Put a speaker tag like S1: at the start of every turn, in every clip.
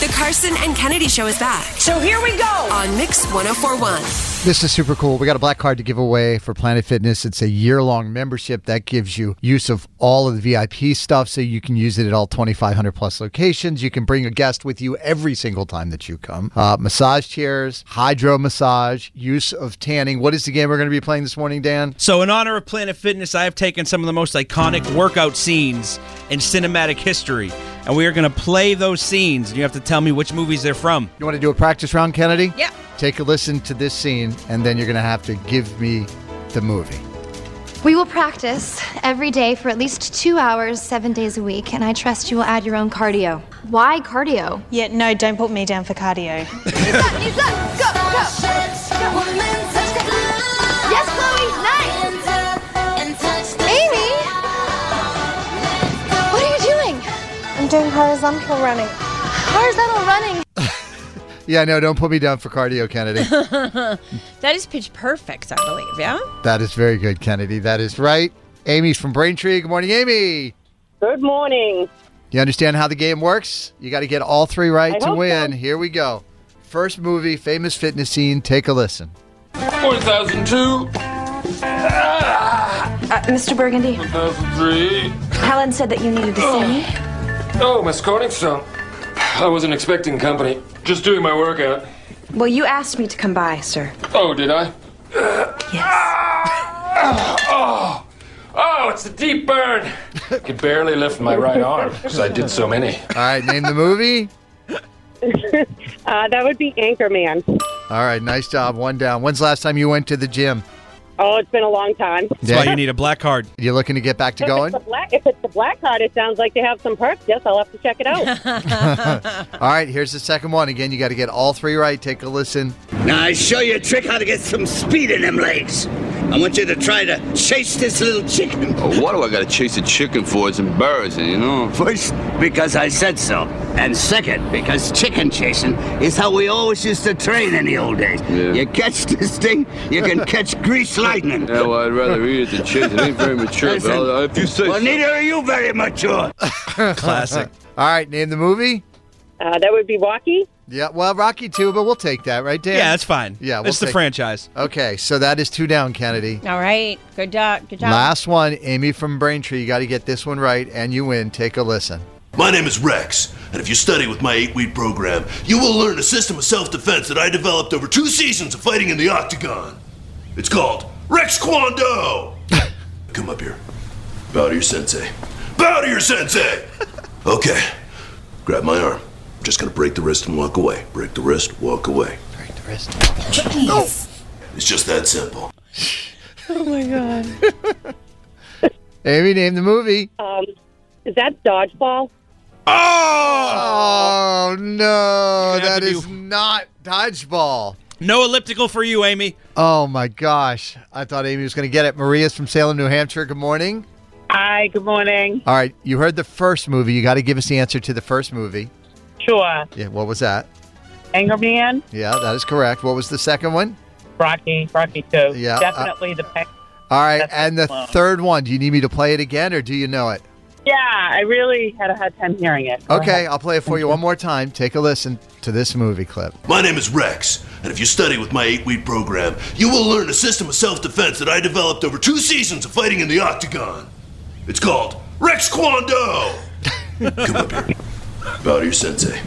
S1: The Carson and Kennedy show is back
S2: So here we go.
S1: on Mix 1041.
S3: This is super cool. We got a black card to give away for Planet Fitness. It's a year long membership that gives you use of all of the VIP stuff so you can use it at all 2,500 plus locations. You can bring a guest with you every single time that you come. Uh, massage chairs, hydro massage, use of tanning. What is the game we're going to be playing this morning, Dan?
S4: So, in honor of Planet Fitness, I have taken some of the most iconic workout scenes in cinematic history, and we are going to play those scenes. And you have to tell me which movies they're from.
S3: You want to do a practice round, Kennedy?
S2: Yeah.
S3: Take a listen to this scene, and then you're going to have to give me the movie.
S5: We will practice every day for at least two hours, seven days a week, and I trust you will add your own cardio. Why cardio?
S6: Yeah, no, don't put me down for cardio.
S5: Yes, Chloe, nice! Amy! What are you doing? I'm doing horizontal running. Horizontal running?
S3: Yeah, no, don't put me down for cardio, Kennedy.
S7: That is pitch perfect, I believe, yeah?
S3: That is very good, Kennedy. That is right. Amy's from Braintree. Good morning, Amy.
S2: Good morning.
S3: You understand how the game works? You got to get all three right
S2: I
S3: to
S2: hope
S3: win.
S2: so.
S3: Here we go. First movie, famous fitness scene. Take a listen.
S8: 1002,
S9: Mr. Burgundy,
S8: 1003.
S9: Helen said that you needed to see me.
S8: Oh, Miss Corningstone. I wasn't expecting company. Just doing my workout.
S9: Well, you asked me to come by, sir.
S8: Oh, did I?
S9: Yes.
S8: Oh, oh, it's a deep burn. I could barely lift my right arm because I did so many.
S3: All right, name the movie.
S2: Uh, that would be Anchorman.
S3: All right, nice job. One down. When's the last time you went to the gym?
S2: Oh, it's been a long time.
S4: That's why you need a black card.
S3: You looking to get back to
S2: If
S3: going?
S2: it's, the black, if it's the black card, it sounds like they have some perks. Yes, I'll have to check it out.
S3: All right, here's the second one. Again, you got to get all three right. Take a listen.
S10: Now I show you a trick how to get some speed in them legs. I want you to try to chase this little chicken. what do I gotta chase a chicken for? It's embarrassing, you know. First, because I said so. And second, because chicken chasing is how we always used to train in the old days. You catch this thing, you can catch grease lightning. Yeah, well, I'd rather eat it than chase it. ain't very mature,
S8: but I'll- if you say
S10: Well,
S8: so.
S10: neither are you very mature.
S4: Classic.
S3: All right, name the movie.
S2: Uh, that would be Walkie.
S3: Yeah, well, Rocky 2, but we'll take that, right, Dan?
S4: yeah, that's fine.
S3: Yeah, we'll
S4: it's the
S3: take-
S4: franchise.
S3: Okay, so that is two down, Kennedy.
S7: All right. Good job. Good job.
S3: Last one, Amy from Braintree. You got to get this one right, and you win. Take a listen.
S10: My name is Rex, and if you study with my eight week program, you will learn a system of self defense that I developed over two seasons of fighting in the octagon. It's called Rex Kwando! Come up here. Bow to your sensei. Bow to your sensei! Okay, grab my arm. I'm just gonna break the wrist and walk away. Break the wrist, walk away.
S3: Break the wrist.
S10: It's just that simple.
S3: Amy, name the movie.
S2: Um, is that Dodgeball?
S3: Oh, no,
S4: You're gonna have
S3: that
S4: to
S3: is
S4: do-
S3: not dodgeball.
S4: No elliptical for you, Amy.
S3: Oh my gosh, I thought Amy was going to get it. Maria's from Salem, New Hampshire. Good morning.
S6: Hi, good morning.
S3: All right, you heard the first movie. You got to give us the answer to the first movie.
S6: Sure.
S3: Yeah, what was that?
S6: Angerman,
S3: Yeah, that is correct. What was the second one?
S6: Rocky, Rocky 2.
S3: Yeah, uh,
S6: Definitely the best.
S3: All right,
S6: That's
S3: and the
S6: close.
S3: third one. Do you need me to play it again, or do you know it?
S6: Yeah, I really had a hard time hearing it. Go
S3: Okay,
S6: ahead.
S3: I'll play it for you one more time. Take a listen to this movie clip.
S10: My name is Rex, and if you study with my eight week program, you will learn a system of self defense that I developed over two seasons of fighting in the octagon.
S11: It's called Rex Kwando. Come up here. Bow to your sensei.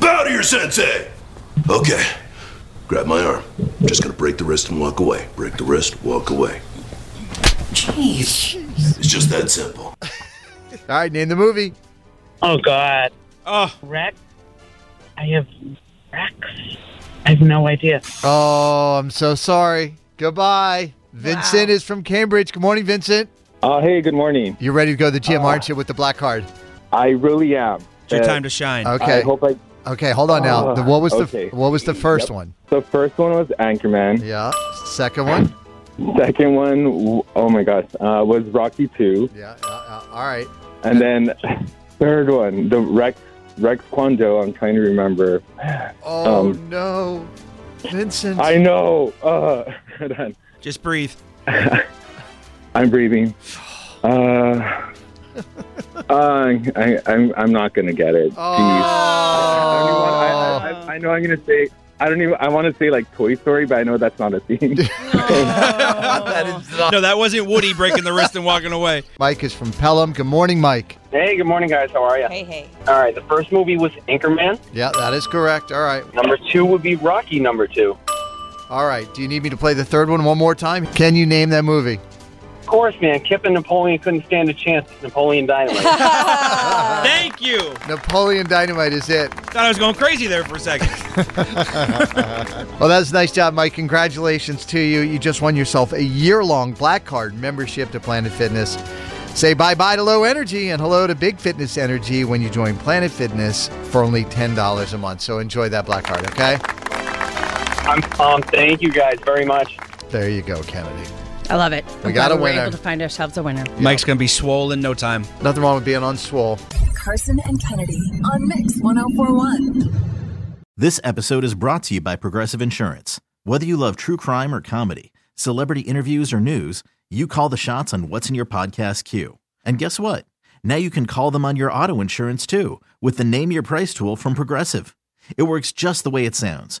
S11: Bow to your sensei. Okay. Grab my arm. I'm just gonna break the wrist and walk away. Break the wrist, walk away.
S3: Jeez.
S11: It's just that simple.
S3: All right, name the movie.
S6: Oh God.
S4: Oh,
S6: Rex. I have Rex. I have no idea.
S3: Oh, I'm so sorry. Goodbye. Vincent is from Cambridge. Good morning, Vincent.
S12: Uh, hey, good morning.
S3: You're ready to go to the gym, aren't you, with the black card?
S12: I really am.
S4: It's your time to shine.
S3: Okay.
S12: I hope I.
S3: Okay, hold on now. The- what was the
S12: Okay.
S3: what was the first
S12: Yep.
S3: one?
S12: The first one was Anchorman.
S3: Yeah. Second one.
S12: Second one, w- oh my gosh, uh, was Rocky Two.
S3: Yeah. uh, uh, all right.
S12: And then third one, the Rex Rex Kwando. I'm trying to remember.
S3: Oh
S12: Um,
S3: no, Vincent.
S12: I know. Uh, hold on.
S4: Just breathe.
S12: I'm breathing. Uh, uh, I, I'm I'm not gonna get it.
S3: Oh.
S12: I, I know I'm gonna say I don't even I want to say like Toy Story, but I know that's not a theme.
S4: no, that wasn't Woody breaking the wrist and walking away.
S3: Mike is from Pelham. Good morning, Mike.
S13: Hey, good morning, guys. How are you?
S7: Hey, hey.
S13: All right, the first movie was Anchorman.
S3: Yeah, that is correct. All right.
S13: Number two would be Rocky. Number two.
S3: All right. Do you need me to play the third one one more time? Can you name that movie?
S13: Of course, man. Kip and Napoleon couldn't stand a chance. with Napoleon Dynamite.
S4: Thank you.
S3: Napoleon Dynamite is it.
S4: Thought I was going crazy there for a second.
S3: well, that's a nice job, Mike. Congratulations to you. You just won yourself a year long black card membership to Planet Fitness. Say bye bye to low energy and hello to big fitness energy when you join Planet Fitness for only $10 a month. So enjoy that black card, okay?
S13: I'm um, Thank you guys very much.
S3: There you go, Kennedy.
S7: I love it.
S3: We got
S7: glad
S3: a
S7: were
S3: winner.
S7: able to find ourselves a winner.
S4: Mike's gonna be swole in no time.
S3: Nothing wrong with being on swole.
S14: Carson and Kennedy on Mix 1041.
S15: This episode is brought to you by Progressive Insurance. Whether you love true crime or comedy, celebrity interviews or news, you call the shots on what's in your podcast queue. And guess what? Now you can call them on your auto insurance too with the Name Your Price tool from Progressive. It works just the way it sounds.